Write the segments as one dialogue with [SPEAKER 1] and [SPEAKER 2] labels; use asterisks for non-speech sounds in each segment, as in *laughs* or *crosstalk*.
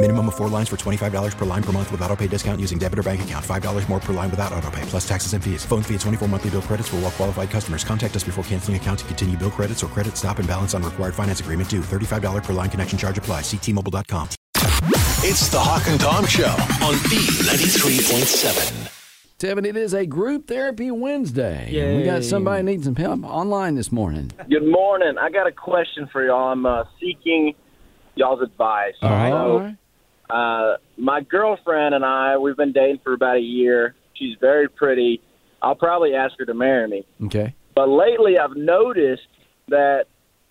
[SPEAKER 1] Minimum of four lines for $25 per line per month with auto pay discount using debit or bank account. $5 more per line without auto pay, plus taxes and fees. Phone fee at 24 monthly bill credits for all well qualified customers. Contact us before canceling account to continue bill credits or credit stop and balance on required finance agreement due. $35 per line connection charge apply. Ctmobile.com.
[SPEAKER 2] It's the Hawk and Tom Show on B93.7.
[SPEAKER 3] Tevin, it is a group therapy Wednesday. Yay. We got somebody needing some help online this morning.
[SPEAKER 4] Good morning. I got a question for y'all. I'm uh, seeking y'all's advice.
[SPEAKER 3] All right. All right.
[SPEAKER 4] Uh, my girlfriend and I, we've been dating for about a year. She's very pretty. I'll probably ask her to marry me.
[SPEAKER 3] Okay.
[SPEAKER 4] But lately, I've noticed that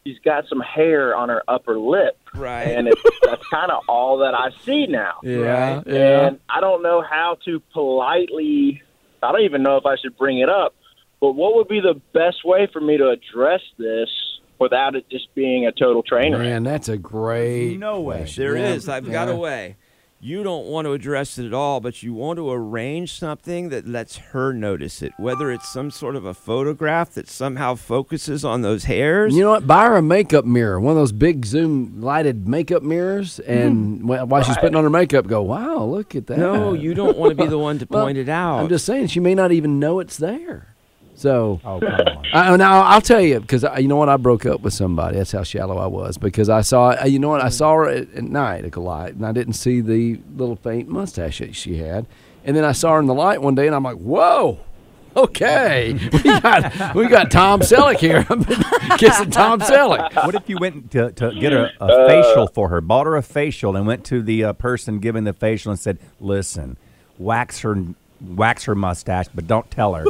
[SPEAKER 4] she's got some hair on her upper lip.
[SPEAKER 3] Right.
[SPEAKER 4] And it's, that's kind of all that I see now.
[SPEAKER 3] Yeah. Right? Yeah.
[SPEAKER 4] And I don't know how to politely, I don't even know if I should bring it up, but what would be the best way for me to address this without it just being a total trainer.
[SPEAKER 3] Man, that's a great.
[SPEAKER 5] No way. Question. There yeah. is. I've yeah. got a way. You don't want to address it at all, but you want to arrange something that lets her notice it. Whether it's some sort of a photograph that somehow focuses on those hairs.
[SPEAKER 3] You know what? Buy her a makeup mirror, one of those big zoom lighted makeup mirrors, and mm-hmm. while right. she's putting on her makeup, go, "Wow, look at that!"
[SPEAKER 5] No, you don't want to be the one to *laughs* well, point it out.
[SPEAKER 3] I'm just saying she may not even know it's there. So, oh, *laughs* I, now I'll tell you because you know what I broke up with somebody. That's how shallow I was because I saw you know what I saw her at, at night at a light and I didn't see the little faint mustache that she had, and then I saw her in the light one day and I'm like, whoa. Okay, *laughs* we got we got Tom Selleck here. *laughs* I'm kissing Tom Selleck.
[SPEAKER 6] What if you went to, to get a, a, facial for her, bought her a facial, and went to the uh, person giving the facial and said, "Listen, wax her wax her mustache, but don't tell her.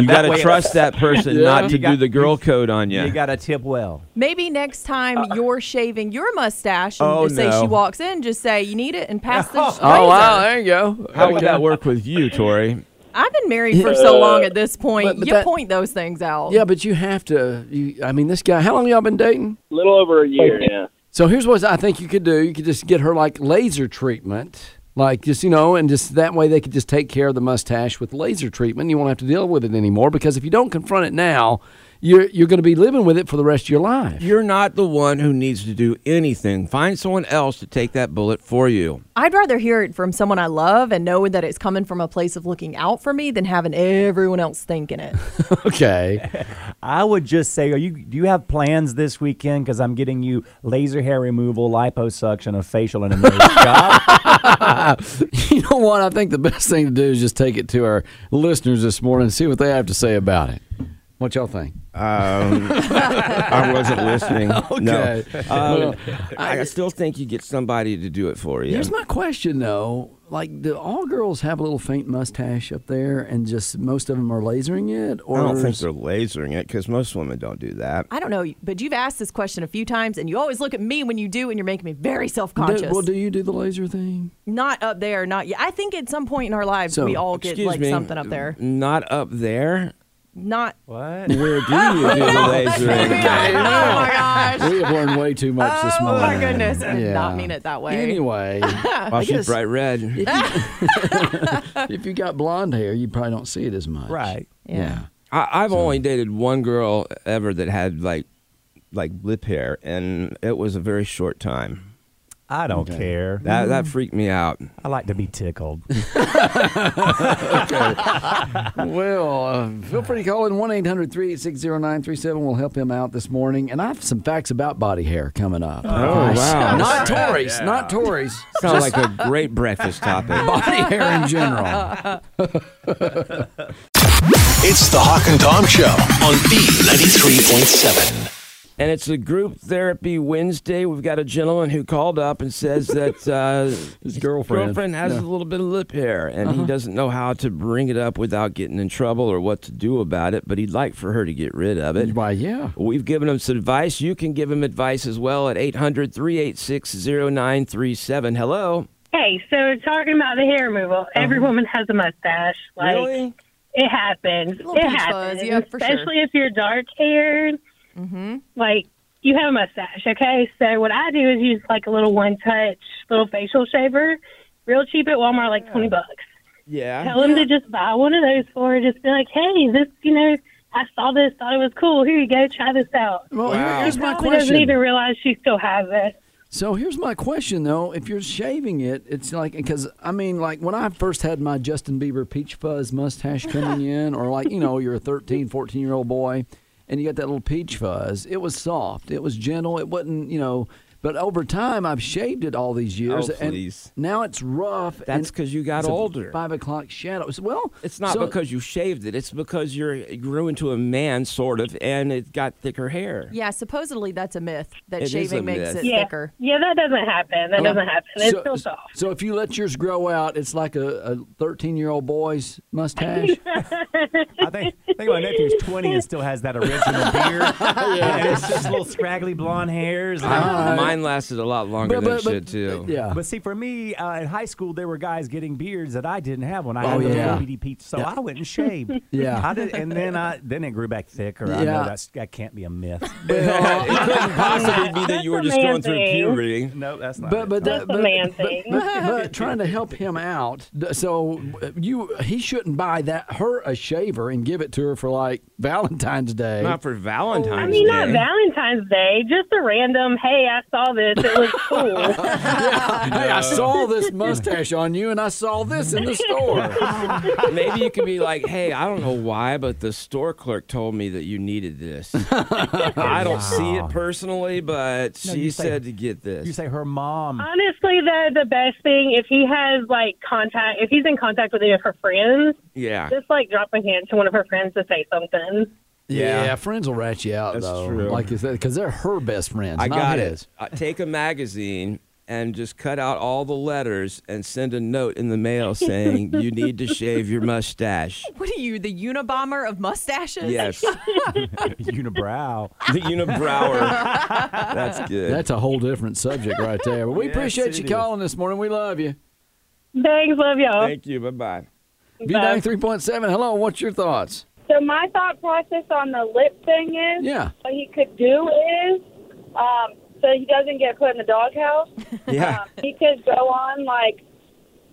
[SPEAKER 5] you got to trust that person yeah. not to got, do the girl code on you.
[SPEAKER 6] You got to tip well.
[SPEAKER 7] Maybe next time uh, you're shaving your mustache and oh, just say no. she walks in, just say you need it and pass the.
[SPEAKER 3] Oh, oh wow, there you go.
[SPEAKER 5] How okay. would that Uh, work with you, Tori?
[SPEAKER 7] I've been married for so long at this point. But, but you that, point those things out.
[SPEAKER 3] Yeah, but you have to. You, I mean, this guy. How long y'all been dating?
[SPEAKER 4] A little over a year. Yeah.
[SPEAKER 3] So here's what I think you could do. You could just get her like laser treatment like just you know and just that way they could just take care of the mustache with laser treatment you won't have to deal with it anymore because if you don't confront it now you're you're going to be living with it for the rest of your life
[SPEAKER 5] *laughs* you're not the one who needs to do anything find someone else to take that bullet for you
[SPEAKER 7] i'd rather hear it from someone i love and knowing that it's coming from a place of looking out for me than having everyone else thinking it
[SPEAKER 3] okay
[SPEAKER 6] i would just say are you do you have plans this weekend because i'm getting you laser hair removal liposuction a facial
[SPEAKER 7] *laughs*
[SPEAKER 6] and a nose job
[SPEAKER 3] *laughs* you know what? I think the best thing to do is just take it to our listeners this morning and see what they have to say about it. What y'all think?
[SPEAKER 5] *laughs* Um, I wasn't listening. Okay. *laughs* No. Um, I, I, still think you get somebody to do it for you.
[SPEAKER 3] Here's my question, though. Like, do all girls have a little faint mustache up there, and just most of them are lasering it? Or
[SPEAKER 5] I don't think they're lasering it because most women don't do that.
[SPEAKER 7] I don't know, but you've asked this question a few times, and you always look at me when you do, and you're making me very self conscious.
[SPEAKER 3] Well, do you do the laser thing?
[SPEAKER 7] Not up there, not yet. I think at some point in our lives so, we all get like me, something up there.
[SPEAKER 5] Not up
[SPEAKER 7] *laughs*
[SPEAKER 5] there
[SPEAKER 7] not
[SPEAKER 6] what?
[SPEAKER 5] Where do
[SPEAKER 7] *laughs*
[SPEAKER 5] you do the laser?
[SPEAKER 7] oh my gosh,
[SPEAKER 3] we have learned way too much
[SPEAKER 7] oh
[SPEAKER 3] this morning.
[SPEAKER 7] Oh my goodness, I did yeah. not mean it that way.
[SPEAKER 3] Anyway,
[SPEAKER 7] *laughs*
[SPEAKER 5] well, I Oh, she's bright red.
[SPEAKER 3] If you, if you, got blonde hair, you probably don't see it as much.
[SPEAKER 6] Right?
[SPEAKER 7] Yeah. yeah.
[SPEAKER 5] I, have so. only dated one girl ever that had like like lip hair, and it was a very short time.
[SPEAKER 6] I don't okay. care.
[SPEAKER 5] That
[SPEAKER 7] Mm.
[SPEAKER 5] that freaked me
[SPEAKER 7] *laughs*
[SPEAKER 5] out.
[SPEAKER 6] I like to be tickled.
[SPEAKER 3] okay. Well, uh, feel free to call in 1 800 386 0937. We'll help him out this morning. And I have some facts about body hair coming up.
[SPEAKER 5] Oh, oh wow.
[SPEAKER 3] Not Tories. Yeah. Not Tories.
[SPEAKER 5] Sounds like a
[SPEAKER 7] *laughs*
[SPEAKER 5] great breakfast topic.
[SPEAKER 3] Body hair in general.
[SPEAKER 2] It's the Hawk and Tom Show on B93.7.
[SPEAKER 5] And it's a group therapy Wednesday. We've got a gentleman who called up and says that uh, his
[SPEAKER 6] girlfriend.
[SPEAKER 5] has
[SPEAKER 6] Yeah.
[SPEAKER 5] a little bit of lip hair, and
[SPEAKER 6] Uh-huh.
[SPEAKER 5] he doesn't know how to bring it up without getting in trouble or what to do about it. But he'd like for her to get rid of it.
[SPEAKER 3] Why, yeah.
[SPEAKER 6] Mm-hmm.
[SPEAKER 5] We've given him some advice. You can give him advice as well at 800 386 0937. Hello.
[SPEAKER 8] Hey, so talking about the hair removal, every
[SPEAKER 3] Uh-huh.
[SPEAKER 8] woman has a mustache. Like
[SPEAKER 5] Really?
[SPEAKER 8] it happens.
[SPEAKER 7] Little
[SPEAKER 8] It
[SPEAKER 7] peach
[SPEAKER 8] happens.
[SPEAKER 7] fuzz, yeah, for sure.
[SPEAKER 8] Especially if you're dark haired. Mm-hmm. Like you have a mustache, okay? So what I do is use like a little one touch little facial shaver, real cheap at Walmart, like twenty bucks.
[SPEAKER 5] Yeah.
[SPEAKER 8] Tell them to just buy one of those for. her. Just be like, hey, this, you know, I saw this, thought it was cool. Here you go, try this out.
[SPEAKER 3] Well, here- Wow. here's
[SPEAKER 8] She
[SPEAKER 3] my
[SPEAKER 8] probably
[SPEAKER 3] question.
[SPEAKER 8] Doesn't even realize she still has it.
[SPEAKER 3] So here's my question though: If you're shaving it, it's like because I mean, like when I first had my Justin Bieber peach fuzz mustache
[SPEAKER 8] *laughs*
[SPEAKER 3] coming in, or like you know, you're a 13, 14 year old boy, and you got that little peach fuzz. It was soft, it was gentle, it wasn't you know. But over time, I've shaved it all these years,
[SPEAKER 5] Oh, please.
[SPEAKER 3] and now it's rough. and
[SPEAKER 5] That's 'cause you got
[SPEAKER 3] it's a
[SPEAKER 5] older.
[SPEAKER 3] Five o'clock shadows. Well,
[SPEAKER 5] It's not
[SPEAKER 3] so-
[SPEAKER 5] because you shaved it. It's because you're, you grew into a man, sort of, and it got thicker hair.
[SPEAKER 7] Yeah, supposedly that's a myth that
[SPEAKER 5] It is a
[SPEAKER 7] shaving makes
[SPEAKER 5] myth.
[SPEAKER 7] it
[SPEAKER 8] Yeah.
[SPEAKER 7] thicker.
[SPEAKER 8] Yeah, that doesn't happen. That doesn't happen. It's
[SPEAKER 3] so,
[SPEAKER 8] still soft.
[SPEAKER 3] So if you let yours grow out, it's like a 13 year old boy's
[SPEAKER 5] *laughs*
[SPEAKER 3] mustache.
[SPEAKER 6] I think, I think my nephew's 20 and still has that
[SPEAKER 3] *laughs*
[SPEAKER 6] original beard. And it's just little scraggly blonde hairs.
[SPEAKER 5] I- Mine lasted a lot longer
[SPEAKER 6] But-
[SPEAKER 5] than
[SPEAKER 6] but-
[SPEAKER 5] it should, too.
[SPEAKER 6] But see, for me, uh, in high school, there were guys getting beards that I didn't have when I
[SPEAKER 3] Oh,
[SPEAKER 6] had those
[SPEAKER 3] yeah.
[SPEAKER 6] little peach, so
[SPEAKER 3] Yeah.
[SPEAKER 6] I went and shaved.
[SPEAKER 3] *laughs* Yeah.
[SPEAKER 6] I did, and then I then it grew back thicker. I know
[SPEAKER 3] Yeah.
[SPEAKER 6] that's, that can't be a
[SPEAKER 3] *laughs*
[SPEAKER 6] myth.
[SPEAKER 5] it couldn't possibly be that you were just going through puberty.
[SPEAKER 6] No, that's not.
[SPEAKER 3] But but that,
[SPEAKER 6] That's a
[SPEAKER 3] but,
[SPEAKER 6] man
[SPEAKER 3] but-
[SPEAKER 6] thing. *laughs*
[SPEAKER 3] but- but trying to help him out. th- So uh, you he shouldn't buy that her a shaver and give it to her for like *laughs* Valentine's Day.
[SPEAKER 5] Not for Valentine's
[SPEAKER 8] I mean, not
[SPEAKER 5] Day.
[SPEAKER 8] Valentine's Day, just a random, hey, I saw this.
[SPEAKER 3] *laughs*
[SPEAKER 8] It was cool.
[SPEAKER 3] hey, I
[SPEAKER 5] *laughs*
[SPEAKER 3] saw this mustache on you, and I saw this
[SPEAKER 6] *laughs*
[SPEAKER 3] in the store.
[SPEAKER 5] *laughs* Maybe you could be like, hey, I don't know why, but the store clerk told me that you needed *laughs* this. I don't see it personally, but
[SPEAKER 6] No,
[SPEAKER 5] she
[SPEAKER 6] you say-
[SPEAKER 5] said to get this.
[SPEAKER 6] You say her mom.
[SPEAKER 8] Honestly, the, the best thing, if he has, like, contact, if he's in contact with any of her friends,
[SPEAKER 5] Yeah.
[SPEAKER 8] just, like, drop a hint to one of her friends to say something.
[SPEAKER 3] Yeah, friends will rat you out
[SPEAKER 5] That's
[SPEAKER 3] though.
[SPEAKER 5] true.
[SPEAKER 3] Like because they're her best friends.
[SPEAKER 5] I
[SPEAKER 3] not
[SPEAKER 5] got
[SPEAKER 3] his.
[SPEAKER 5] it. Uh, take a magazine and just cut out all the letters and send a note in the mail saying you need to shave your mustache.
[SPEAKER 7] What are you, the Unabomber of mustaches?
[SPEAKER 3] *laughs*
[SPEAKER 6] *laughs*
[SPEAKER 5] Yes.
[SPEAKER 6] Unibrow.
[SPEAKER 5] The unibrower. That's good.
[SPEAKER 3] That's a whole different subject right there. But we
[SPEAKER 5] *laughs* Yes,
[SPEAKER 3] appreciate
[SPEAKER 5] it
[SPEAKER 3] you
[SPEAKER 5] is.
[SPEAKER 3] calling this morning. We love you.
[SPEAKER 8] Thanks, love y'all.
[SPEAKER 5] Thank you. Bye bye.
[SPEAKER 3] V ninety three point seven. Hello. What's your thoughts?
[SPEAKER 9] So my thought process on the lip thing is,
[SPEAKER 3] Yeah.
[SPEAKER 9] what he could do is, um, so he doesn't get put in the doghouse.
[SPEAKER 5] Yeah.
[SPEAKER 9] Um, He could go on like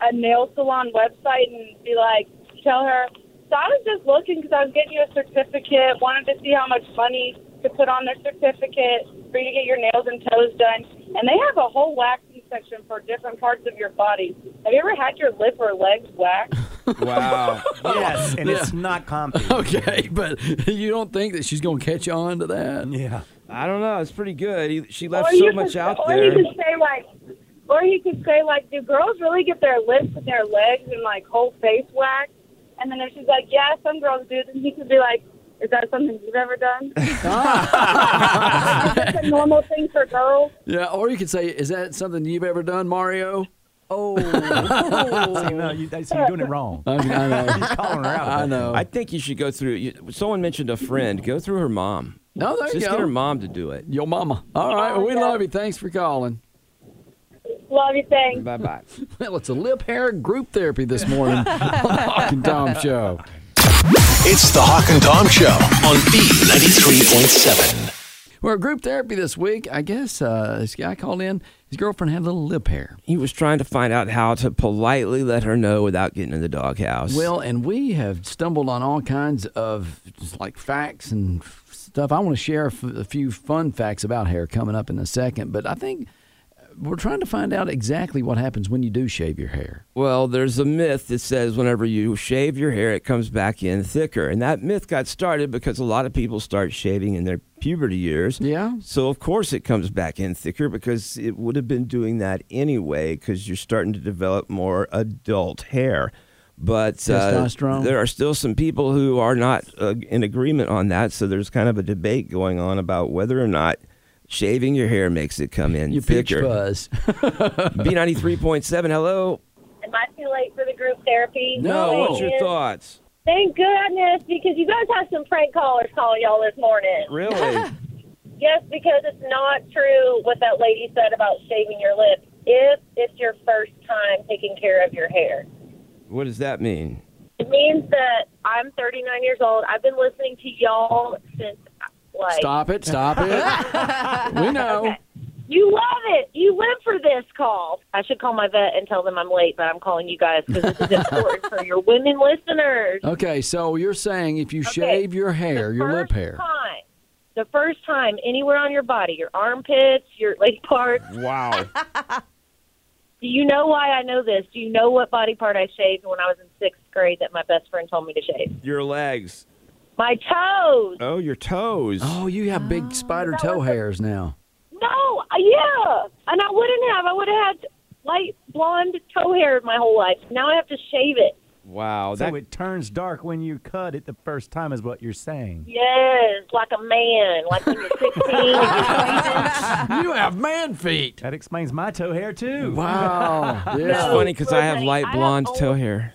[SPEAKER 9] a nail salon website and be like, tell her, so I was just looking because I was getting you a certificate, wanted to see how much money to put on their certificate for you to get your nails and toes done. And they have a whole waxing section for different parts of your body. Have you ever had your lip or legs waxed?
[SPEAKER 5] Wow.
[SPEAKER 6] yes, and it's not comfy.
[SPEAKER 3] *laughs* Oh, *laughs* Okay, but you don't think that she's gonna catch on to that?
[SPEAKER 6] Yeah.
[SPEAKER 5] I don't know. It's pretty good. He- She left
[SPEAKER 9] Or
[SPEAKER 5] so
[SPEAKER 9] you
[SPEAKER 5] much
[SPEAKER 9] could-
[SPEAKER 5] out
[SPEAKER 9] or
[SPEAKER 5] there.
[SPEAKER 9] he could say like, or he could say like, do girls really get their lips and their legs and like whole face waxed? And then if she's like, yeah, some girls do, then he could be like, is that something you've ever done? is this a normal thing for girls?
[SPEAKER 3] Yeah, or you could say, "Is that something you've ever done, Mario?" Oh,
[SPEAKER 6] See, no, you, that's, you're doing it wrong.
[SPEAKER 3] I, mean, I know.
[SPEAKER 5] *laughs*
[SPEAKER 6] Calling her out.
[SPEAKER 3] *laughs* I know.
[SPEAKER 5] I think you should go through. You, someone mentioned a friend. Go through her mom.
[SPEAKER 3] No, there
[SPEAKER 5] Just
[SPEAKER 3] you
[SPEAKER 5] get
[SPEAKER 3] go.
[SPEAKER 5] her mom to do it.
[SPEAKER 3] Your mama. All right, well, we love you. Thanks for calling.
[SPEAKER 9] Love you, thanks.
[SPEAKER 5] Bye bye.
[SPEAKER 3] Well, it's a lip hair group therapy this morning on the Hawk and Tom Show.
[SPEAKER 2] It's the Hawk and Tom Show on B93.7.
[SPEAKER 3] We're at group therapy this week. I guess uh, this guy called in. His girlfriend had a little lip hair.
[SPEAKER 5] He was trying to find out how to politely let her know without getting in the doghouse.
[SPEAKER 3] Well, and we have stumbled on all kinds of just like facts and f- stuff. I want to share a f- a few fun facts about hair coming up in a second, but I think uh, we're trying to find out exactly what happens when you do shave your hair.
[SPEAKER 5] Well, there's a myth that says whenever you shave your hair, it comes back in thicker. And that myth got started because a lot of people start shaving in their puberty years.
[SPEAKER 3] Yeah.
[SPEAKER 5] So, of course, it comes back in thicker because it would have been doing that anyway because you're starting to develop more adult hair. But uh,
[SPEAKER 10] Testosterone.
[SPEAKER 5] there are still some people who are not uh, in agreement on that. So there's kind of a debate going on about whether or not shaving your hair makes it come in
[SPEAKER 3] You pitch
[SPEAKER 5] thicker.
[SPEAKER 3] buzz.
[SPEAKER 5] B93.7, hello.
[SPEAKER 9] Am I too late for the group therapy?
[SPEAKER 5] No, what's your
[SPEAKER 9] Thank you.
[SPEAKER 5] thoughts?
[SPEAKER 9] Thank goodness, because you guys have some prank callers calling y'all this morning. *laughs*
[SPEAKER 5] Really?
[SPEAKER 9] Yes, because it's not true what that lady said about shaving your lips if it's your first time taking care of your hair.
[SPEAKER 5] what does that mean?
[SPEAKER 9] It means that I'm 39 years old. I've been listening to y'all since, *laughs* like.
[SPEAKER 3] Stop it! Stop it!
[SPEAKER 9] *laughs*
[SPEAKER 3] we know.
[SPEAKER 9] You love it. You live for this call. I should call my vet and tell them I'm late, but I'm calling you guys because this is important for your women listeners.
[SPEAKER 3] Okay, so you're saying if you
[SPEAKER 9] Okay,
[SPEAKER 3] shave your hair, your lip hair,
[SPEAKER 9] Time. The first time anywhere on your body, your armpits, your leg *laughs* parts.
[SPEAKER 5] Wow.
[SPEAKER 9] Do you know why I know this? Do you know what body part I shaved when I was in sixth grade that my best friend told me to shave?
[SPEAKER 5] Your legs.
[SPEAKER 9] My toes.
[SPEAKER 5] Oh, your toes.
[SPEAKER 3] Oh, you have big spider toe hairs now.
[SPEAKER 9] No, Uh, yeah. And I wouldn't have. I would have had light blonde toe hair my whole life. Now I have to shave it.
[SPEAKER 5] Wow.
[SPEAKER 6] So
[SPEAKER 9] that-
[SPEAKER 6] it turns dark when you cut it the first time, is what you're saying.
[SPEAKER 9] Yes, like a man, like when you're 16.
[SPEAKER 6] you
[SPEAKER 3] have man feet.
[SPEAKER 6] That explains my toe hair too.
[SPEAKER 9] *laughs*
[SPEAKER 3] Wow.
[SPEAKER 5] It's funny because I have
[SPEAKER 9] Listen,
[SPEAKER 5] light
[SPEAKER 9] I have
[SPEAKER 5] blonde
[SPEAKER 9] only-
[SPEAKER 5] toe hair.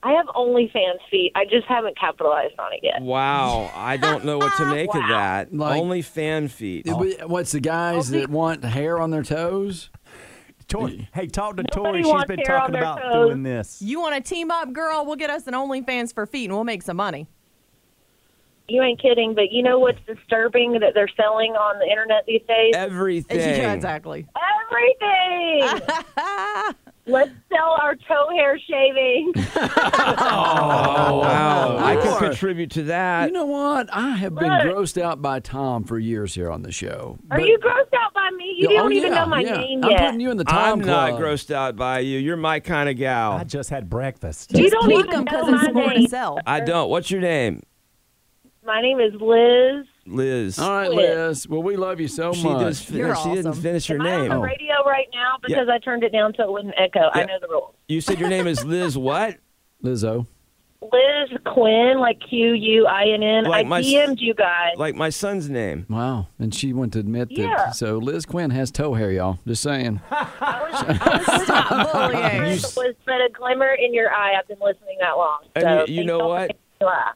[SPEAKER 9] I have OnlyFans feet. I just haven't capitalized on it yet.
[SPEAKER 5] Wow, I don't
[SPEAKER 3] *laughs*
[SPEAKER 5] know what to make of that. Only fan feet.
[SPEAKER 3] It- we- What's the guys that want hair on their toes?
[SPEAKER 6] hey, talk to
[SPEAKER 7] Nobody
[SPEAKER 6] Tori. She's
[SPEAKER 7] wants
[SPEAKER 6] been
[SPEAKER 7] hair on
[SPEAKER 6] talking
[SPEAKER 7] their
[SPEAKER 6] about
[SPEAKER 7] toes.
[SPEAKER 6] doing this.
[SPEAKER 7] You want to team up, girl? We'll get us an OnlyFans for feet, and we'll make some money.
[SPEAKER 9] You ain't kidding, but you know what's disturbing that they're selling on the internet these days?
[SPEAKER 5] Oh,
[SPEAKER 7] Eh.
[SPEAKER 5] Everything.
[SPEAKER 7] Yeah, exactly. *laughs*
[SPEAKER 9] Everything. Let's sell our toe hair shaving.
[SPEAKER 5] Oh, wow. I can
[SPEAKER 3] Lord.
[SPEAKER 5] contribute to that.
[SPEAKER 3] You know what? I have been
[SPEAKER 9] Look.
[SPEAKER 3] grossed out by Tom for years here on the show.
[SPEAKER 9] Are
[SPEAKER 3] but-
[SPEAKER 9] you grossed out by me? You
[SPEAKER 3] Yeah,
[SPEAKER 9] don't
[SPEAKER 3] oh,
[SPEAKER 9] even
[SPEAKER 3] yeah,
[SPEAKER 9] know my
[SPEAKER 3] yeah.
[SPEAKER 9] name
[SPEAKER 3] I'm
[SPEAKER 9] yet.
[SPEAKER 3] putting you in the
[SPEAKER 5] I'm
[SPEAKER 3] Tom
[SPEAKER 5] not
[SPEAKER 3] Club.
[SPEAKER 5] grossed out by you. You're my kind of gal. I
[SPEAKER 6] just had
[SPEAKER 3] *laughs*
[SPEAKER 6] breakfast.
[SPEAKER 9] you don't
[SPEAKER 7] Pick
[SPEAKER 9] even
[SPEAKER 7] 'em 'cause
[SPEAKER 9] know my
[SPEAKER 7] it's more
[SPEAKER 9] name.
[SPEAKER 7] to sell.
[SPEAKER 5] I don't. What's your name?
[SPEAKER 9] My name is Liz.
[SPEAKER 5] Liz.
[SPEAKER 3] All right, Liz. Well, we love you so
[SPEAKER 5] She
[SPEAKER 3] much.
[SPEAKER 5] does- You're she didn't awesome. finish your
[SPEAKER 9] Am I on
[SPEAKER 5] name.
[SPEAKER 9] the
[SPEAKER 5] Oh.
[SPEAKER 9] radio right now because I turned it down so it wouldn't echo. I
[SPEAKER 5] Yeah.
[SPEAKER 9] know the rules.
[SPEAKER 5] You said your
[SPEAKER 9] *laughs*
[SPEAKER 5] name is Liz what?
[SPEAKER 3] Lizzo.
[SPEAKER 9] Liz Quinn, like Q U I N N. I
[SPEAKER 5] Like my s-
[SPEAKER 9] DM'd you guys.
[SPEAKER 5] Like my son's name.
[SPEAKER 3] Wow. And she went to admit that.
[SPEAKER 9] Yeah.
[SPEAKER 3] So Liz Quinn has toe hair, y'all. Just saying.
[SPEAKER 5] *laughs*
[SPEAKER 9] Stop
[SPEAKER 3] bullying.
[SPEAKER 9] Was but a glimmer in your eye. I've been listening that long.
[SPEAKER 5] And
[SPEAKER 9] So
[SPEAKER 5] you, you know what?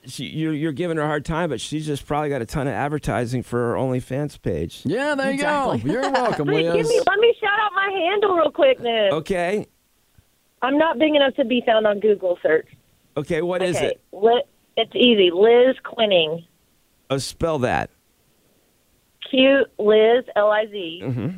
[SPEAKER 5] She, you're, you're giving her a hard time, but she's just probably got a ton of advertising for her OnlyFans page.
[SPEAKER 3] Yeah, there you go. You're welcome,
[SPEAKER 9] *laughs* Wait, give
[SPEAKER 3] Liz.
[SPEAKER 9] me, let me shout out my handle real quick, then.
[SPEAKER 5] Okay.
[SPEAKER 9] I'm not big enough to be found on Google search.
[SPEAKER 5] Okay, What
[SPEAKER 9] okay.
[SPEAKER 5] is it?
[SPEAKER 9] Li- it's easy. Liz Quinning.
[SPEAKER 5] Oh, spell that.
[SPEAKER 9] Q Liz L I Z
[SPEAKER 5] Mm-hmm.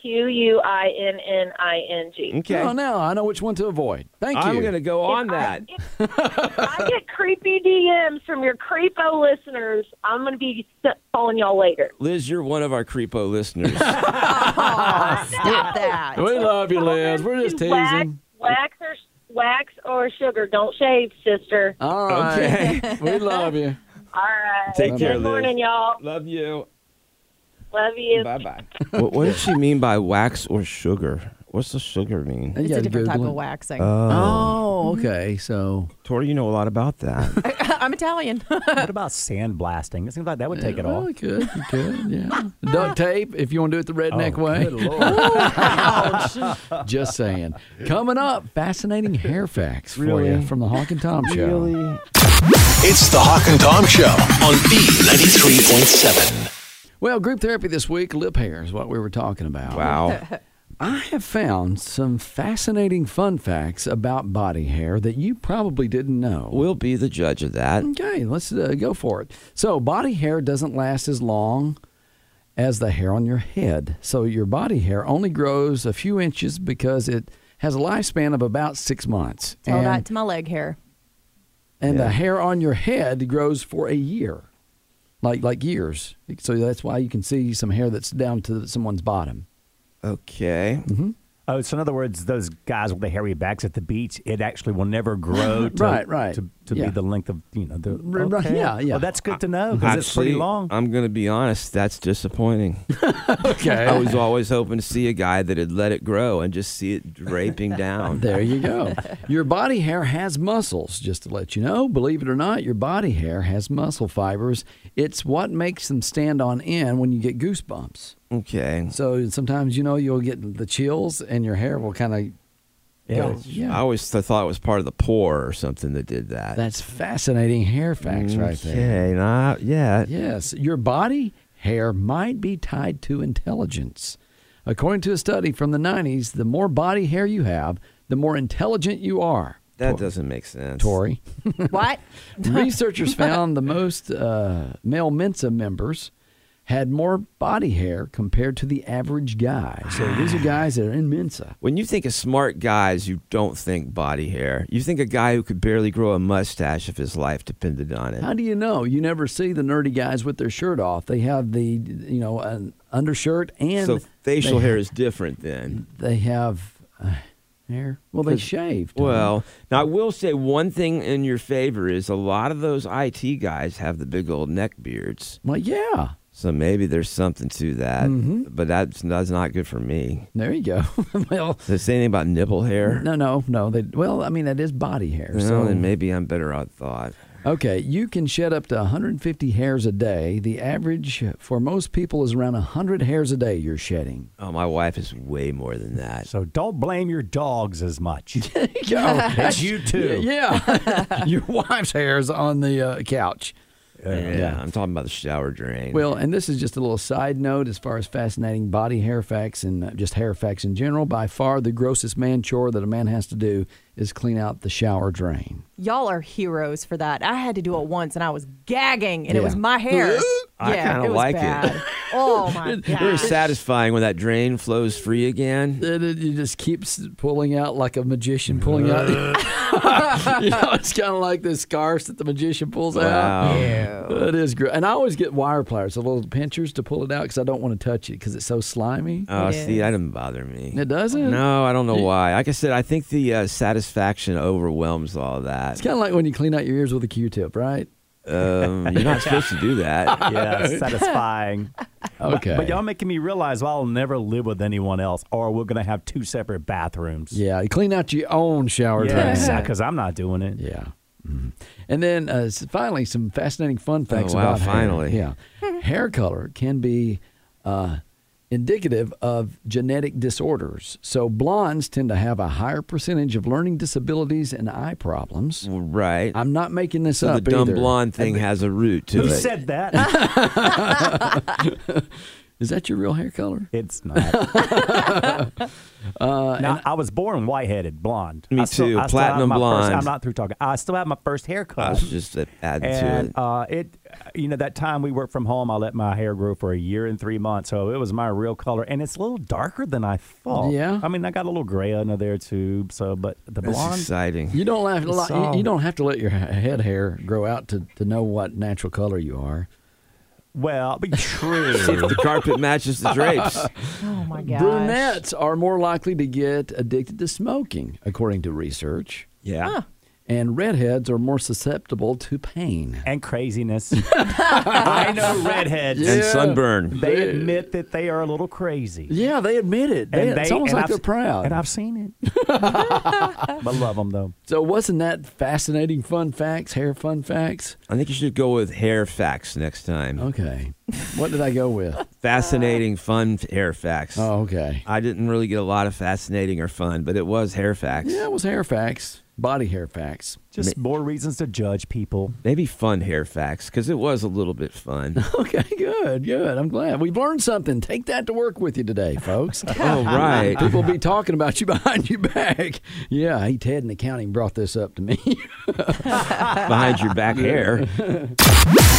[SPEAKER 9] Q U I N N I N G.
[SPEAKER 3] Oh, now I know which one to avoid. Thank
[SPEAKER 5] I'm
[SPEAKER 3] you.
[SPEAKER 5] gonna go on that.
[SPEAKER 9] I get creepy DMs from your creepo listeners. I'm going to be s- calling y'all later.
[SPEAKER 5] Liz, you're one of our creepo listeners.
[SPEAKER 7] Stop that.
[SPEAKER 3] We love you, Liz. We're just
[SPEAKER 9] Wax,
[SPEAKER 3] teasing.
[SPEAKER 9] wax or wax or sugar. Don't shave, sister.
[SPEAKER 5] Uh,
[SPEAKER 3] All right. we love
[SPEAKER 9] *laughs*
[SPEAKER 3] you.
[SPEAKER 9] All right.
[SPEAKER 5] Take care,
[SPEAKER 9] Good
[SPEAKER 5] Liz.
[SPEAKER 9] morning, y'all.
[SPEAKER 5] Love you.
[SPEAKER 9] Love you.
[SPEAKER 5] Bye bye. what, what did she mean by wax or sugar? What's the sugar mean?
[SPEAKER 3] It's a
[SPEAKER 7] different type of waxing.
[SPEAKER 3] Oh, okay. So,
[SPEAKER 5] Tori, you know a lot about that.
[SPEAKER 7] *laughs* I'm Italian. *laughs*
[SPEAKER 6] what about sandblasting? It seems like that would take it
[SPEAKER 3] well,
[SPEAKER 6] all.
[SPEAKER 3] you could. You could, yeah. Duct tape, if you want to do it the redneck way. *laughs* Just saying. Coming up, fascinating hair facts
[SPEAKER 2] Really?
[SPEAKER 3] for you from the Hawk and Tom Show.
[SPEAKER 2] It's the Hawk and Tom Show on B93.7.
[SPEAKER 3] Well, group therapy this week, lip hair is what we were talking about.
[SPEAKER 5] Wow.
[SPEAKER 3] I have found some fascinating fun facts about body hair that you probably didn't know.
[SPEAKER 5] We'll be the judge of that.
[SPEAKER 3] Okay, let's uh, go for it. So, body hair doesn't last as long as the hair on your head. So, your body hair only grows a few inches because it has a lifespan of about six months.
[SPEAKER 7] Tell
[SPEAKER 3] and
[SPEAKER 7] that to my leg hair.
[SPEAKER 3] and the hair on your head grows for a year, like like years. So that's why you can see some hair that's down to someone's bottom.
[SPEAKER 5] Okay.
[SPEAKER 3] hmm
[SPEAKER 6] Oh, so in other words, those guys with the hairy backs at the beach, it actually will
[SPEAKER 3] *laughs*
[SPEAKER 6] never grow to,
[SPEAKER 3] Right, right.
[SPEAKER 6] to, to
[SPEAKER 3] Yeah.
[SPEAKER 6] be the length of, you know, the.
[SPEAKER 3] Right, right.
[SPEAKER 6] Okay.
[SPEAKER 3] Yeah, uh, yeah.
[SPEAKER 6] Well, that's good to know because it's pretty
[SPEAKER 5] Actually,
[SPEAKER 6] long.
[SPEAKER 5] I'm going to be honest. That's disappointing.
[SPEAKER 3] *laughs* okay.
[SPEAKER 5] I was always hoping to see a guy that had let it grow and just see it draping
[SPEAKER 3] *laughs*
[SPEAKER 5] down.
[SPEAKER 3] There you
[SPEAKER 5] *laughs*
[SPEAKER 3] go. Your body hair has muscles, just to let you know. Believe it or not, your body hair has muscle fibers. It's what makes them stand on end when you get goosebumps.
[SPEAKER 5] Okay.
[SPEAKER 3] So sometimes, you know, you'll get the chills and your hair will kind of.
[SPEAKER 5] Yeah. I always th- thought it was part of the pore or something that did that.
[SPEAKER 3] That's fascinating hair facts right there.
[SPEAKER 5] Okay, not yet.
[SPEAKER 3] Yes, your body hair might be tied to intelligence. According to a study from the 90s, the more body hair you have, the more intelligent you are.
[SPEAKER 5] That doesn't make sense.
[SPEAKER 3] Tori.
[SPEAKER 5] *laughs*
[SPEAKER 7] What?
[SPEAKER 3] Researchers found the most uh, male Mensa members had more body hair compared to the average guy. So these are
[SPEAKER 5] Ah.
[SPEAKER 3] guys that are in Mensa.
[SPEAKER 5] When you think of smart guys, you don't think body hair. You think a guy who could barely grow a mustache if his life depended on it.
[SPEAKER 3] How do you know? You never see the nerdy guys with their shirt off. They have the you know an undershirt and
[SPEAKER 5] so facial
[SPEAKER 3] they-
[SPEAKER 5] hair is different then.
[SPEAKER 3] They have uh, hair. Well, they
[SPEAKER 5] 'Cause-
[SPEAKER 3] shaved.
[SPEAKER 5] Well, now I will say one thing in your favor is a lot of those IT guys have the big old neck beards.
[SPEAKER 3] Well, yeah.
[SPEAKER 5] So maybe there's something to that,
[SPEAKER 7] Mm-hmm.
[SPEAKER 3] Mhm.
[SPEAKER 5] but that's that's not good for me.
[SPEAKER 3] There you go. *laughs* well,
[SPEAKER 5] Does it say anything about nipple hair?
[SPEAKER 3] no, no, no. They well, I mean that is body hair.
[SPEAKER 5] Well,
[SPEAKER 3] so
[SPEAKER 5] then maybe I'm better on thought.
[SPEAKER 3] Okay, you can shed up to 150 hairs a day. The average for most people is around 100 hairs a day you're shedding.
[SPEAKER 5] Oh, my wife is way more than that.
[SPEAKER 6] So don't blame your dogs as much.
[SPEAKER 3] *laughs* Oh, That's-
[SPEAKER 6] *laughs* it's you too.
[SPEAKER 3] Yeah. *laughs* Your wife's hair's on the uh, couch.
[SPEAKER 5] yeah, I'm talking about the shower drain.
[SPEAKER 3] Well, and this is just a little side note as far as fascinating body hair facts and uh, just hair facts in general. By far, the grossest man chore that a man has to do is clean out the shower drain.
[SPEAKER 7] Y'all are heroes for that. I had to do it once and I was gagging and it
[SPEAKER 5] Yeah.
[SPEAKER 7] was my hair.
[SPEAKER 5] *gasps* I
[SPEAKER 7] yeah,
[SPEAKER 5] kinda
[SPEAKER 7] it was
[SPEAKER 5] like it.
[SPEAKER 7] bad. Oh my
[SPEAKER 5] It's very
[SPEAKER 7] god.
[SPEAKER 5] satisfying when that drain flows free again.
[SPEAKER 3] Then it, you just keeps pulling out like a magician pulling out. *laughs* you know, it's kind of like the scarves that the magician pulls
[SPEAKER 5] Wow.
[SPEAKER 3] out.
[SPEAKER 5] Ew.
[SPEAKER 3] It is great. And I always get wire pliers, the little pinchers to pull it out because I don't want to touch it because it's so slimy.
[SPEAKER 5] Oh, see, that doesn't bother me.
[SPEAKER 3] It doesn't?
[SPEAKER 5] No, I don't know why. Like I said, I think the uh, satisfaction overwhelms all that.
[SPEAKER 3] It's kind of like when you clean out your ears with a Q-tip, right?
[SPEAKER 5] Um, you're not supposed to
[SPEAKER 6] *laughs*
[SPEAKER 5] do that.
[SPEAKER 6] yeah,
[SPEAKER 3] *laughs*
[SPEAKER 6] satisfying. But-
[SPEAKER 3] Okay.
[SPEAKER 6] But, y'all making me realize well, I'll never live with anyone else, or we're going to have two separate bathrooms.
[SPEAKER 3] Yeah, you clean out your own shower drain. *laughs*
[SPEAKER 6] Yeah, because I'm not doing it.
[SPEAKER 3] Yeah. Mm-hmm. And then uh, s- finally, some fascinating fun facts
[SPEAKER 5] Oh, wow,
[SPEAKER 3] about hair.
[SPEAKER 5] finally. *laughs*
[SPEAKER 3] Yeah, hair color can be uh, indicative of genetic disorders. So blondes tend to have a higher percentage of learning disabilities and eye problems.
[SPEAKER 5] Right.
[SPEAKER 3] I'm not making this
[SPEAKER 5] So the
[SPEAKER 3] up.
[SPEAKER 5] dumb
[SPEAKER 3] either.
[SPEAKER 5] blonde thing has a root to
[SPEAKER 6] Who
[SPEAKER 5] it.
[SPEAKER 6] said that?
[SPEAKER 3] *laughs* Is that your real hair color?
[SPEAKER 6] it's
[SPEAKER 5] *laughs*
[SPEAKER 6] not.
[SPEAKER 5] Uh,
[SPEAKER 6] now, I was born white-headed, blonde.
[SPEAKER 5] Me
[SPEAKER 6] I
[SPEAKER 5] too,
[SPEAKER 6] I have
[SPEAKER 5] platinum
[SPEAKER 6] my first-
[SPEAKER 5] blonde.
[SPEAKER 6] I'm not through talking. I still have my first
[SPEAKER 5] I
[SPEAKER 6] haircut.
[SPEAKER 5] was just adding to
[SPEAKER 6] And
[SPEAKER 5] it.
[SPEAKER 6] uh, it, you know, that time we worked from home, I let my hair grow for a year and three months, so it was my real color, and it's a little darker than I thought.
[SPEAKER 3] Yeah.
[SPEAKER 6] I mean, I got a little gray under there too. So, but the
[SPEAKER 5] That's
[SPEAKER 6] blonde,
[SPEAKER 5] exciting.
[SPEAKER 3] You don't have to
[SPEAKER 6] It's
[SPEAKER 3] li- you-
[SPEAKER 6] all-
[SPEAKER 3] you don't have to let your ha- head hair grow out to, to know what natural color you are.
[SPEAKER 6] well, *laughs* but true. *laughs*
[SPEAKER 5] the carpet matches the drapes.
[SPEAKER 7] oh my god.
[SPEAKER 3] Brunettes are more likely to get addicted to smoking, according to research.
[SPEAKER 5] Yeah.
[SPEAKER 3] and redheads are more susceptible to pain.
[SPEAKER 6] and craziness.
[SPEAKER 3] *laughs*
[SPEAKER 6] I know redheads.
[SPEAKER 5] And
[SPEAKER 3] Yeah.
[SPEAKER 5] sunburn.
[SPEAKER 6] They admit that they are a little crazy.
[SPEAKER 3] Yeah, they admit it. They-
[SPEAKER 6] And
[SPEAKER 3] it's
[SPEAKER 6] they-
[SPEAKER 3] almost
[SPEAKER 6] and
[SPEAKER 3] like
[SPEAKER 6] I've
[SPEAKER 3] they're
[SPEAKER 6] s-
[SPEAKER 3] proud.
[SPEAKER 6] And I've seen
[SPEAKER 3] *laughs*
[SPEAKER 6] it. but love them though.
[SPEAKER 3] so, wasn't that fascinating? Fun facts, hair fun facts.
[SPEAKER 5] I think you should go with hair facts next time.
[SPEAKER 3] Okay,
[SPEAKER 6] *laughs*
[SPEAKER 3] what did I go with?
[SPEAKER 5] Fascinating, fun hair facts.
[SPEAKER 3] Oh, okay.
[SPEAKER 5] I didn't really get a lot of fascinating or fun, but it was hair facts.
[SPEAKER 3] Yeah, it was hair facts, body hair facts. *laughs*
[SPEAKER 6] Just more reasons to judge people.
[SPEAKER 5] Maybe fun hair facts because it was a little bit fun. *laughs*
[SPEAKER 3] Okay, good, good. I'm glad we've learned something. Take that to work with you today,
[SPEAKER 6] *laughs*
[SPEAKER 3] folks.
[SPEAKER 5] oh, right.
[SPEAKER 3] *laughs* People be talking about you behind your back. Yeah, he Ted in accounting brought this up to me. *laughs*
[SPEAKER 5] Behind your back hair.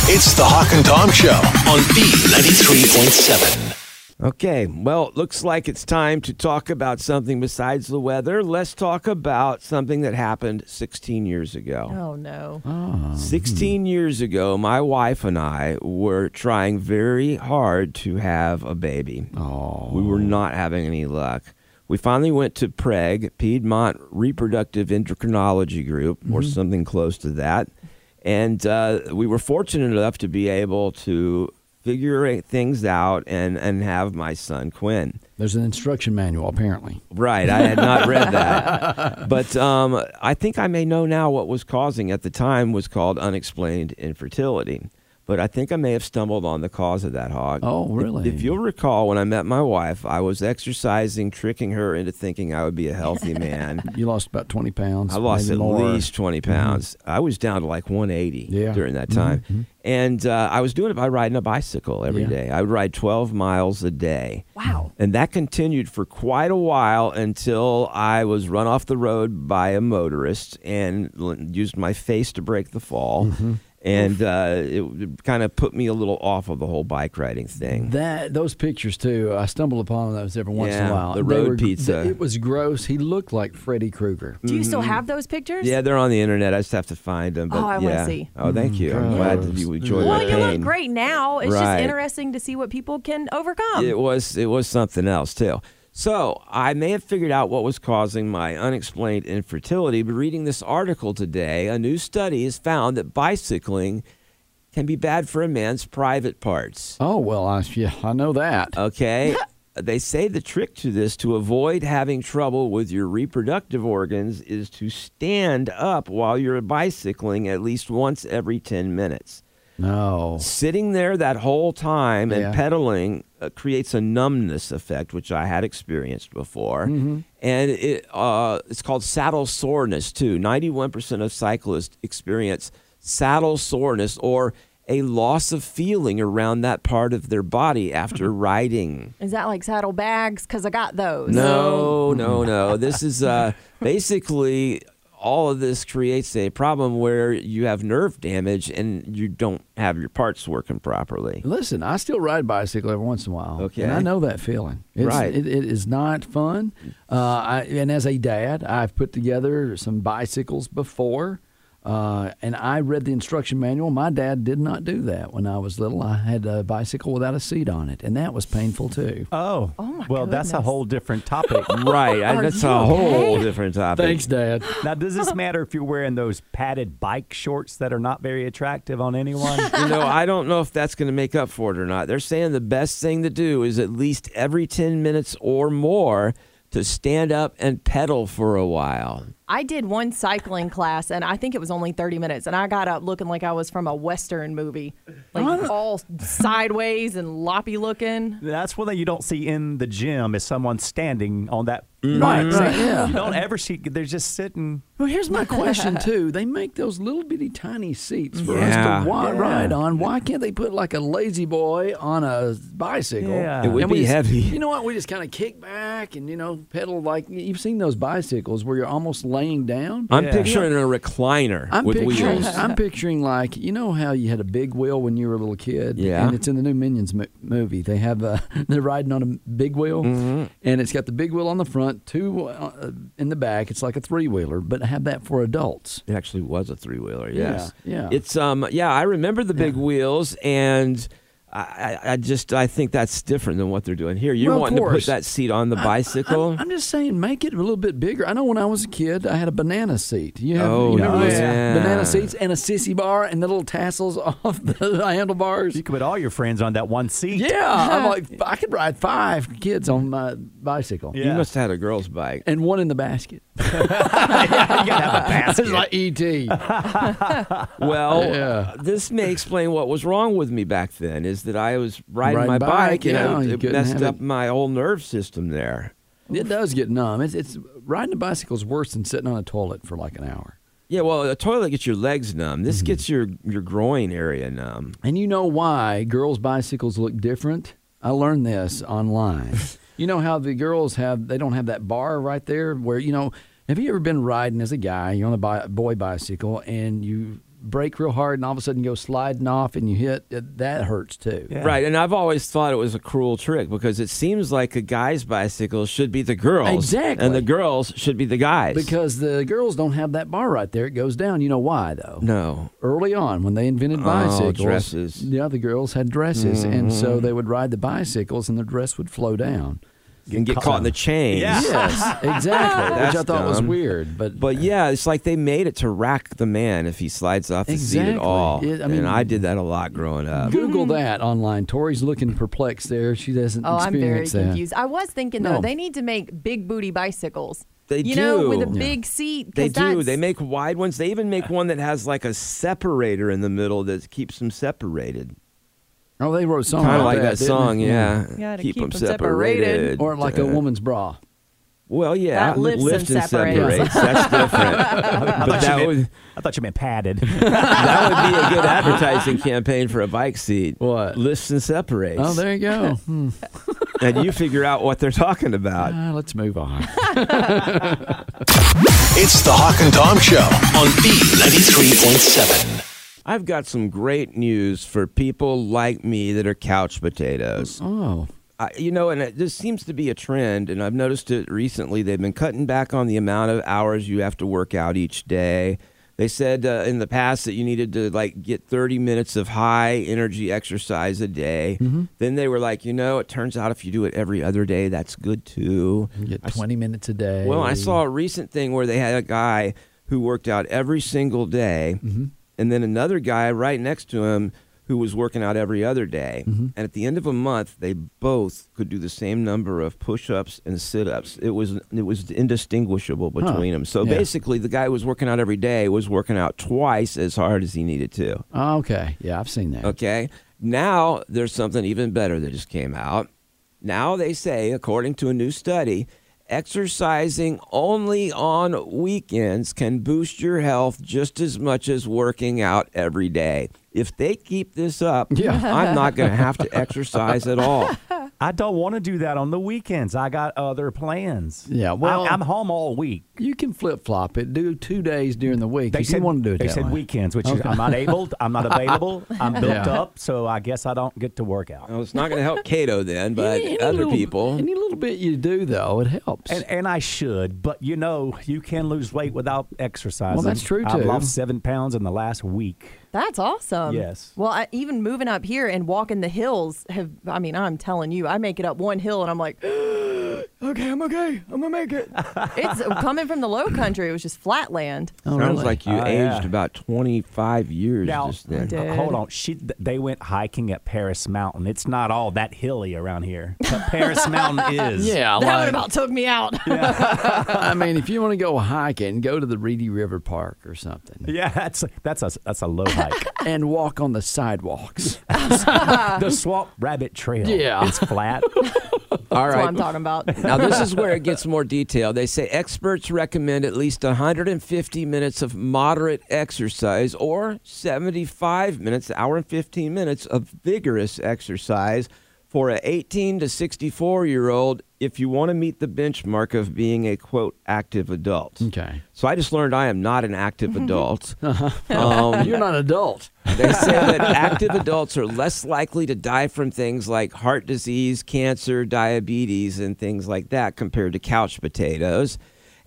[SPEAKER 2] It's the Hawk and Tom Show on B93.7.
[SPEAKER 5] Okay, well, looks like it's time to talk about something besides the weather. Let's talk about something that happened 16 years ago.
[SPEAKER 7] Oh no.
[SPEAKER 5] 16 years ago, my wife and I were trying very hard to have a baby.
[SPEAKER 3] Oh,
[SPEAKER 5] We were not having any luck. We finally went to PREG, Piedmont Reproductive Endocrinology Group, or
[SPEAKER 4] Mhm.
[SPEAKER 5] something close to that. And uh, we were fortunate enough to be able to figure things out and, and have my son Quinn.
[SPEAKER 3] There's an instruction manual, apparently.
[SPEAKER 5] Right. I had not
[SPEAKER 3] *laughs*
[SPEAKER 5] read that. but um, I think I may know now what was causing at the time was called unexplained infertility. But I think I may have stumbled on the cause of that hog.
[SPEAKER 3] Oh,
[SPEAKER 5] If-
[SPEAKER 3] really?
[SPEAKER 5] If, you'll recall, when I met my wife, I was exercising, tricking her into thinking I would be a
[SPEAKER 3] *laughs*
[SPEAKER 5] healthy man.
[SPEAKER 3] You lost about 20 pounds.
[SPEAKER 5] I lost
[SPEAKER 3] maybe
[SPEAKER 5] at
[SPEAKER 3] more. Mm-hmm.
[SPEAKER 5] least 20 pounds. I was down to like 180
[SPEAKER 3] Yeah.
[SPEAKER 5] during that
[SPEAKER 3] Mhm,
[SPEAKER 5] time.
[SPEAKER 3] mhm.
[SPEAKER 5] And uh, I was doing it by riding a bicycle every
[SPEAKER 3] Yeah.
[SPEAKER 5] day. I would ride 12 miles a day. Wow. And that continued for quite a while until I was run off the road by a motorist and l- used my face to break the fall.
[SPEAKER 7] Mm-hmm.
[SPEAKER 3] Mhm.
[SPEAKER 5] And uh, it kind of put me a little off of the whole bike riding thing.
[SPEAKER 3] That those pictures too. I stumble upon those every once in
[SPEAKER 5] Yeah,
[SPEAKER 3] a while.
[SPEAKER 5] the
[SPEAKER 3] They
[SPEAKER 5] road
[SPEAKER 3] were-
[SPEAKER 5] pizza.
[SPEAKER 3] It was gross. He looked like Freddy Krueger.
[SPEAKER 7] Do you still have those pictures?
[SPEAKER 5] Mm-hmm. Yeah, they're on the internet. I just have to find them. But
[SPEAKER 7] Oh, I wanna
[SPEAKER 5] yeah.
[SPEAKER 7] see.
[SPEAKER 5] Oh, thank you. I'm glad that you enjoyed
[SPEAKER 7] well,
[SPEAKER 5] my
[SPEAKER 7] you
[SPEAKER 5] pain.
[SPEAKER 7] look great now. It's just
[SPEAKER 5] Right.
[SPEAKER 7] interesting to see what people can overcome.
[SPEAKER 5] It was it was something else too. So I may have figured out what was causing my unexplained infertility, but reading this article today, a new study has found that bicycling can be bad for a man's private parts.
[SPEAKER 3] Oh well, I yeah, I know
[SPEAKER 5] Uh,
[SPEAKER 3] that.
[SPEAKER 5] Okay. they say the trick to this to avoid having trouble with your reproductive organs is to stand up while you're bicycling at least once every 10 minutes.
[SPEAKER 3] No.
[SPEAKER 5] Sitting there that whole time
[SPEAKER 3] Yeah.
[SPEAKER 5] and pedaling uh, creates a numbness effect, which I had experienced before.
[SPEAKER 3] Mhm.
[SPEAKER 5] And it, uh, it's called saddle soreness, too. 91% of cyclists experience saddle soreness or a loss of feeling around that part of their body after riding.
[SPEAKER 7] Is that like saddle bags? Because I got those.
[SPEAKER 5] No, no, no. This is uh, basically all of this creates a problem where you have nerve damage and you don't have your parts working properly.
[SPEAKER 3] Listen, I still ride bicycle every once in a while.
[SPEAKER 5] Okay.
[SPEAKER 3] And I know that feeling. It's,
[SPEAKER 5] Right.
[SPEAKER 3] It, it is not fun. Uh, I, and as a dad, I've put together some bicycles before. Uh, and I read the instruction manual. My dad did not do that when I was little. I had a bicycle without a seat on it, and that was painful too.
[SPEAKER 6] Oh, oh my well, that's a
[SPEAKER 3] goodness.
[SPEAKER 6] whole
[SPEAKER 3] *laughs*
[SPEAKER 6] different topic.
[SPEAKER 5] Right, I- Are that's a you okay? whole different topic. Thanks,
[SPEAKER 3] Dad.
[SPEAKER 6] Now, does this matter if you're wearing those padded bike shorts that are not very attractive on
[SPEAKER 3] *laughs*
[SPEAKER 6] anyone?
[SPEAKER 5] you know, I don't know if that's going to make up for it or not. They're saying the best thing to do is at least every 10 minutes or more to stand up and pedal for a while.
[SPEAKER 7] I did one cycling class, and I think it was only 30 minutes, and I got up looking like I was from a Western movie, like all sideways and loppy looking.
[SPEAKER 6] That's one thing you don't see in the gym is someone standing on that
[SPEAKER 3] Mhm.
[SPEAKER 6] bike.
[SPEAKER 3] Right, right, yeah.
[SPEAKER 6] You don't ever see. They're just sitting.
[SPEAKER 3] Well, here's my
[SPEAKER 6] *laughs*
[SPEAKER 3] question too. They make those little bitty tiny seats for us
[SPEAKER 6] Yeah.
[SPEAKER 3] to wa-
[SPEAKER 6] Yeah.
[SPEAKER 3] ride on. Why can't they put like a lazy boy on a bicycle?
[SPEAKER 6] Yeah. It would
[SPEAKER 3] And we
[SPEAKER 6] be
[SPEAKER 3] just-
[SPEAKER 6] heavy.
[SPEAKER 3] You know what? We just kind of kick back and you know pedal like you've seen those bicycles where you're almost laying down.
[SPEAKER 5] I'm
[SPEAKER 3] Yeah.
[SPEAKER 5] picturing a recliner
[SPEAKER 3] I'm
[SPEAKER 5] with
[SPEAKER 3] picturing,
[SPEAKER 6] *laughs*
[SPEAKER 5] wheels.
[SPEAKER 3] I'm picturing like you know how you had a big wheel when you were a little kid.
[SPEAKER 5] Yeah.
[SPEAKER 3] and it's in the new Minions mo- movie. They have uh, *laughs* they're riding on a big wheel,
[SPEAKER 6] Mm-hmm.
[SPEAKER 3] and it's got the big wheel on the front, two uh, in the back. It's like a three wheeler, but have that for adults.
[SPEAKER 5] It actually was a three wheeler. Yes.
[SPEAKER 3] yeah.
[SPEAKER 5] It's um. Yeah, I remember the big wheels, and I, I, I just I think that's different than what they're doing here. You're
[SPEAKER 3] Well, of
[SPEAKER 5] wanting to put
[SPEAKER 3] course.
[SPEAKER 5] that seat on the
[SPEAKER 3] I- I-
[SPEAKER 5] bicycle.
[SPEAKER 3] I'm just saying, make it a little bit bigger. I know when I was a kid, I had a banana seat. You have
[SPEAKER 5] Oh,
[SPEAKER 3] you remember those
[SPEAKER 5] yeah.
[SPEAKER 3] banana seats and a sissy bar and the little tassels *laughs* off the handlebars.
[SPEAKER 6] You could put all your friends on that one seat.
[SPEAKER 3] Yeah, I'm like I could ride five kids on my bicycle.
[SPEAKER 5] You must have had a girl's bike.
[SPEAKER 3] *laughs* and one in the basket. *laughs* It's like E.T.
[SPEAKER 5] Well,
[SPEAKER 3] Yeah.
[SPEAKER 5] this may explain what was wrong with me back then is that I was riding,
[SPEAKER 3] Riding
[SPEAKER 5] my
[SPEAKER 3] bike,
[SPEAKER 5] bike, and
[SPEAKER 3] yeah,
[SPEAKER 5] I-
[SPEAKER 3] you
[SPEAKER 5] it
[SPEAKER 3] couldn't
[SPEAKER 5] messed
[SPEAKER 3] have
[SPEAKER 5] up
[SPEAKER 3] it.
[SPEAKER 5] my whole nerve system there.
[SPEAKER 3] It does get numb. It's, it's riding a bicycle is worse than sitting on a toilet for like an hour.
[SPEAKER 5] Yeah, well, a toilet gets your legs numb. This
[SPEAKER 3] Mm-hmm.
[SPEAKER 5] gets your your groin area numb.
[SPEAKER 3] And you know why girls' bicycles look different? I learned this
[SPEAKER 5] *laughs*
[SPEAKER 3] online. you know how the girls have, they don't have that bar right there where, you know, have you ever been riding as a guy, you're on a bi- boy bicycle, and you brake real hard and all of a sudden you go sliding off and you hit? That hurts too.
[SPEAKER 5] Right, and I've always thought it was a cruel trick because it seems like a guy's bicycle should be the girl's,
[SPEAKER 3] Exactly.
[SPEAKER 5] and the girls should be the guys.
[SPEAKER 3] Because the girls don't have that bar right there. It goes down. You know why, though?
[SPEAKER 5] No.
[SPEAKER 3] Early on, when they invented
[SPEAKER 5] Oh,
[SPEAKER 3] bicycles,
[SPEAKER 5] dresses.
[SPEAKER 3] yeah, the girls had dresses, and so
[SPEAKER 5] Mhm.
[SPEAKER 3] they would ride the bicycles, and the dress would flow down.
[SPEAKER 5] and get caught in the chains.
[SPEAKER 3] Yeah.
[SPEAKER 7] *laughs*
[SPEAKER 3] Yes, exactly, which
[SPEAKER 5] That's
[SPEAKER 3] I thought was
[SPEAKER 5] dumb.
[SPEAKER 3] weird, But
[SPEAKER 5] but yeah, it's like they made it to rack the man if he slides off the seat at
[SPEAKER 3] Exactly.
[SPEAKER 5] all.
[SPEAKER 3] It- I mean-
[SPEAKER 5] and I did that a lot growing up.
[SPEAKER 3] Google that online. Tori's looking perplexed there. She doesn't
[SPEAKER 7] Oh, I'm very
[SPEAKER 3] experience that.
[SPEAKER 7] confused. I was thinking
[SPEAKER 3] No.
[SPEAKER 7] though they need to make big booty bicycles.
[SPEAKER 5] They
[SPEAKER 7] you know, with a
[SPEAKER 5] do. Yeah.
[SPEAKER 7] big seat. 'cause
[SPEAKER 5] They do.
[SPEAKER 7] that's-
[SPEAKER 5] They make wide ones. They even make one that has like a separator in the middle that keeps them separated.
[SPEAKER 3] Oh, they wrote a song
[SPEAKER 5] Kind of
[SPEAKER 3] about
[SPEAKER 5] like
[SPEAKER 3] that,
[SPEAKER 5] that
[SPEAKER 3] didn't
[SPEAKER 5] song,
[SPEAKER 3] they?
[SPEAKER 5] yeah.
[SPEAKER 7] Gotta
[SPEAKER 5] keep,
[SPEAKER 7] keep
[SPEAKER 5] them
[SPEAKER 7] 'em
[SPEAKER 5] separated.
[SPEAKER 7] separated.
[SPEAKER 3] or like a
[SPEAKER 5] Uh,
[SPEAKER 3] woman's bra.
[SPEAKER 5] Well, yeah,
[SPEAKER 3] That lifts and separates. *laughs*
[SPEAKER 5] That's different.
[SPEAKER 6] I, thought
[SPEAKER 5] but that
[SPEAKER 6] you
[SPEAKER 5] would
[SPEAKER 6] meant, I thought you meant padded.
[SPEAKER 5] that would be a good advertising campaign for a bike seat. What lifts and separates?
[SPEAKER 3] Oh, there you go.
[SPEAKER 5] *laughs*
[SPEAKER 3] Hmm.
[SPEAKER 5] and you figure out what they're talking about.
[SPEAKER 3] Uh, let's move on.
[SPEAKER 2] It's the Hawk and Tom Show on B93.7.
[SPEAKER 5] I've got some great news for people like me that are couch potatoes.
[SPEAKER 3] Oh.
[SPEAKER 5] I, you know, and it, this seems to be a trend, and I've noticed it recently. They've been cutting back on the amount of hours you have to work out each day. They said uh, in the past that you needed to like get 30 minutes of high energy exercise a day. Then they were like, you know, it turns out if you do it every other day, that's good too.
[SPEAKER 3] You get
[SPEAKER 5] I s-
[SPEAKER 3] 20 minutes a day.
[SPEAKER 5] well, I saw a recent thing where they had a guy who worked out every single day,
[SPEAKER 3] Mm-hmm.
[SPEAKER 5] and then another guy right next to him who was working out every other day.
[SPEAKER 3] Mm-hmm.
[SPEAKER 5] And at the end of a month, they both could do the same number of push-ups and sit-ups. It was it was indistinguishable
[SPEAKER 3] Huh.
[SPEAKER 5] between them. So
[SPEAKER 3] Yeah.
[SPEAKER 5] basically, the guy who was working out every day was working out twice as hard as he needed to.
[SPEAKER 3] Oh, okay. Yeah, I've seen that.
[SPEAKER 5] Okay. Now there's something even better that just came out. Now they say, according to a new study, exercising only on weekends can boost your health just as much as working out every day. If they keep this up, I'm not going to have to exercise at all.
[SPEAKER 6] I don't want to do that on the weekends. I got other plans.
[SPEAKER 3] Yeah, well-
[SPEAKER 6] I'm, I'm home all week.
[SPEAKER 3] You can flip flop it. Do two days during the week.
[SPEAKER 6] They
[SPEAKER 3] if
[SPEAKER 6] said
[SPEAKER 3] you want to do it.
[SPEAKER 6] They
[SPEAKER 3] that
[SPEAKER 6] said
[SPEAKER 3] way.
[SPEAKER 6] weekends, which is
[SPEAKER 3] Okay.
[SPEAKER 6] I'm not able.
[SPEAKER 3] *laughs*
[SPEAKER 6] I'm not available. I'm built
[SPEAKER 3] Yeah.
[SPEAKER 6] up, so I guess I don't get to work out.
[SPEAKER 5] Well, it's not going to help Cato then, but
[SPEAKER 3] Any
[SPEAKER 5] other
[SPEAKER 3] little-
[SPEAKER 5] people.
[SPEAKER 3] Any little bit you do though, it helps.
[SPEAKER 6] And, and I should, but you know, you can lose weight without exercising.
[SPEAKER 3] Well, that's true,
[SPEAKER 6] I've
[SPEAKER 3] too.
[SPEAKER 6] lost seven pounds in the last week.
[SPEAKER 7] That's awesome.
[SPEAKER 6] Yes.
[SPEAKER 7] Well, I, even moving up here and walking the hills have. I mean, I'm telling you, I make it up one hill and I'm like, *gasps* okay, I'm okay. I'm gonna make
[SPEAKER 5] *laughs*
[SPEAKER 7] it. it's coming from the low country. It was just flat land.
[SPEAKER 5] Sounds like you
[SPEAKER 6] Oh,
[SPEAKER 5] aged
[SPEAKER 6] yeah.
[SPEAKER 5] about 25 years
[SPEAKER 6] Now,
[SPEAKER 5] just then.
[SPEAKER 7] did.
[SPEAKER 6] hold on. She, they went hiking at Paris Mountain. It's not all that hilly around here, but
[SPEAKER 3] *laughs*
[SPEAKER 6] Paris Mountain is.
[SPEAKER 3] Yeah,
[SPEAKER 7] that
[SPEAKER 3] like-
[SPEAKER 7] one about took me out.
[SPEAKER 3] I mean, if you want to go hiking, go to the Reedy River Park or something,
[SPEAKER 6] Yeah, that's that's a that's a low hike.
[SPEAKER 3] and walk on the sidewalks.
[SPEAKER 6] the Swamp Rabbit Trail.
[SPEAKER 3] Yeah.
[SPEAKER 6] it's flat.
[SPEAKER 5] All
[SPEAKER 7] That's
[SPEAKER 5] right.
[SPEAKER 7] what I'm talking about.
[SPEAKER 5] Now, this is where it gets more detailed. They say experts recommend at least 150 minutes of moderate exercise or 75 minutes, hour and 15 minutes of vigorous exercise for a 18 to 64 year old if you want to meet the benchmark of being a quote active adult.
[SPEAKER 3] Okay,
[SPEAKER 5] So I just learned I am not an active adult. Um,
[SPEAKER 3] you're not an adult.
[SPEAKER 5] they say that active adults are less likely to die from things like heart disease, cancer, diabetes, and things like that compared to couch potatoes.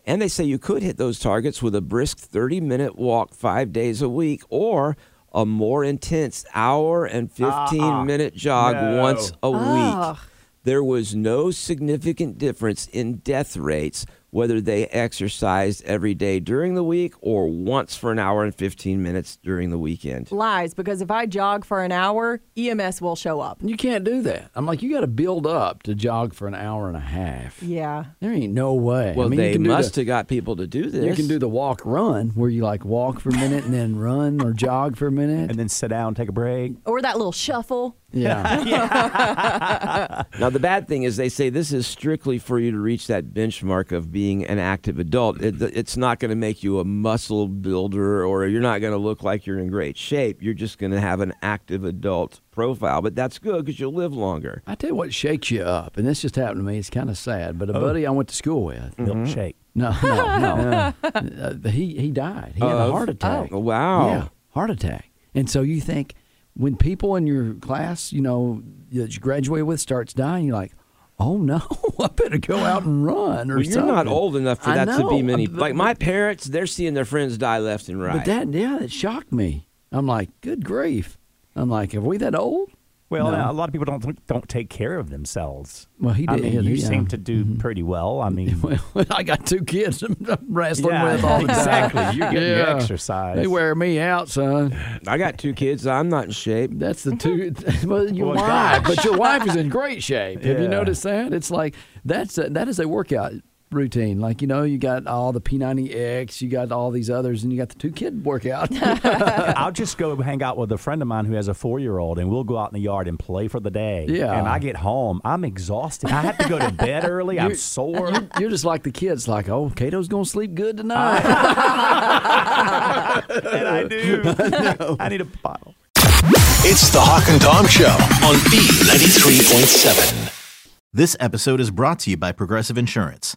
[SPEAKER 5] And they say you could hit those targets with a brisk 30 minute walk five days a week or a more intense hour and 15 minute jog
[SPEAKER 6] No.
[SPEAKER 5] once a
[SPEAKER 7] Ugh.
[SPEAKER 5] week. There was no significant difference in death rates whether they exercised every day during the week or once for an hour and 15 minutes during the weekend.
[SPEAKER 7] Lies, because if I jog for an hour, EMS will show up.
[SPEAKER 3] You can't do that. I'm like, you got to build up to jog for an hour and a half.
[SPEAKER 7] Yeah.
[SPEAKER 3] There ain't no way. I
[SPEAKER 5] Well,
[SPEAKER 3] mean, you
[SPEAKER 5] they
[SPEAKER 3] can do the-
[SPEAKER 5] must have got people to do this.
[SPEAKER 3] You can do the walk run where you like walk for a minute and then run or jog for a minute.
[SPEAKER 6] and then sit down, take a break.
[SPEAKER 9] Oh.
[SPEAKER 7] Or that little shuffle.
[SPEAKER 3] Yeah.
[SPEAKER 5] *laughs* Now, the bad thing is they say this is strictly for you to reach that benchmark of being an active adult. It, it's not going to make you a muscle builder or you're not going to look like you're in great shape. You're just going to have an active adult profile, but that's good because you'll live longer.
[SPEAKER 3] I tell you what shakes you up, and this just happened to me. It's kind of sad,
[SPEAKER 5] Oh.
[SPEAKER 3] but a buddy I went to school with.
[SPEAKER 6] Milkshake.
[SPEAKER 3] No, no,
[SPEAKER 5] *laughs*
[SPEAKER 3] no. Uh, he he died. He had a
[SPEAKER 5] Of-
[SPEAKER 3] heart attack.
[SPEAKER 5] Oh, wow.
[SPEAKER 3] Yeah, heart attack. And so you think when people in your class, you know, that you graduate with starts dying, you're like, oh no, *laughs* I better go out and run or
[SPEAKER 5] Well, you're not
[SPEAKER 3] something.
[SPEAKER 5] old enough for
[SPEAKER 3] I
[SPEAKER 5] that to
[SPEAKER 3] know,
[SPEAKER 5] be many.
[SPEAKER 3] but-
[SPEAKER 5] like my parents, they're seeing their friends die left and right.
[SPEAKER 3] But that, yeah, that shocked me. I'm like, good grief. I'm like, are we that old? *laughs*
[SPEAKER 6] Well,
[SPEAKER 11] No.
[SPEAKER 6] a lot of people don't don't take care of themselves.
[SPEAKER 11] Well, he
[SPEAKER 6] I
[SPEAKER 11] did-
[SPEAKER 6] mean,
[SPEAKER 11] yeah,
[SPEAKER 6] you
[SPEAKER 11] yeah. Mm-hmm.
[SPEAKER 6] seem to do pretty well.
[SPEAKER 11] *laughs*
[SPEAKER 6] I mean,
[SPEAKER 11] I got two
[SPEAKER 3] *laughs*
[SPEAKER 11] kids I'm wrestling
[SPEAKER 6] Yeah,
[SPEAKER 11] with all the time.
[SPEAKER 6] exactly. You're getting your
[SPEAKER 11] Yeah.
[SPEAKER 6] exercise.
[SPEAKER 11] They wear me out, son.
[SPEAKER 5] I got two kids. I'm not in shape.
[SPEAKER 11] That's the two. *laughs* Well, your
[SPEAKER 5] Well,
[SPEAKER 11] wife,
[SPEAKER 5] gosh.
[SPEAKER 11] but your wife is in great shape. Have
[SPEAKER 5] Yeah.
[SPEAKER 11] you noticed that? It's like that's a, that is a workout routine. Like you know, you got all the P90X, you got all these others, and you got the two kid workout.
[SPEAKER 6] *laughs* I'll just go hang out with a friend of mine who has a four year old, and we'll go out in the yard and play for the day.
[SPEAKER 11] Yeah.
[SPEAKER 6] And I get home, I'm exhausted. I have to go to bed early.
[SPEAKER 11] *laughs*
[SPEAKER 6] I'm
[SPEAKER 11] You-
[SPEAKER 6] sore. *laughs*
[SPEAKER 11] you- You're just like the kids. Like, oh, Kato's gonna sleep good
[SPEAKER 6] Ah.
[SPEAKER 11] tonight.
[SPEAKER 6] and I
[SPEAKER 11] *laughs*
[SPEAKER 6] do. I need a bottle.
[SPEAKER 2] It's the Hawk and Tom Show on B93.7.
[SPEAKER 10] This episode is brought to you by Progressive Insurance.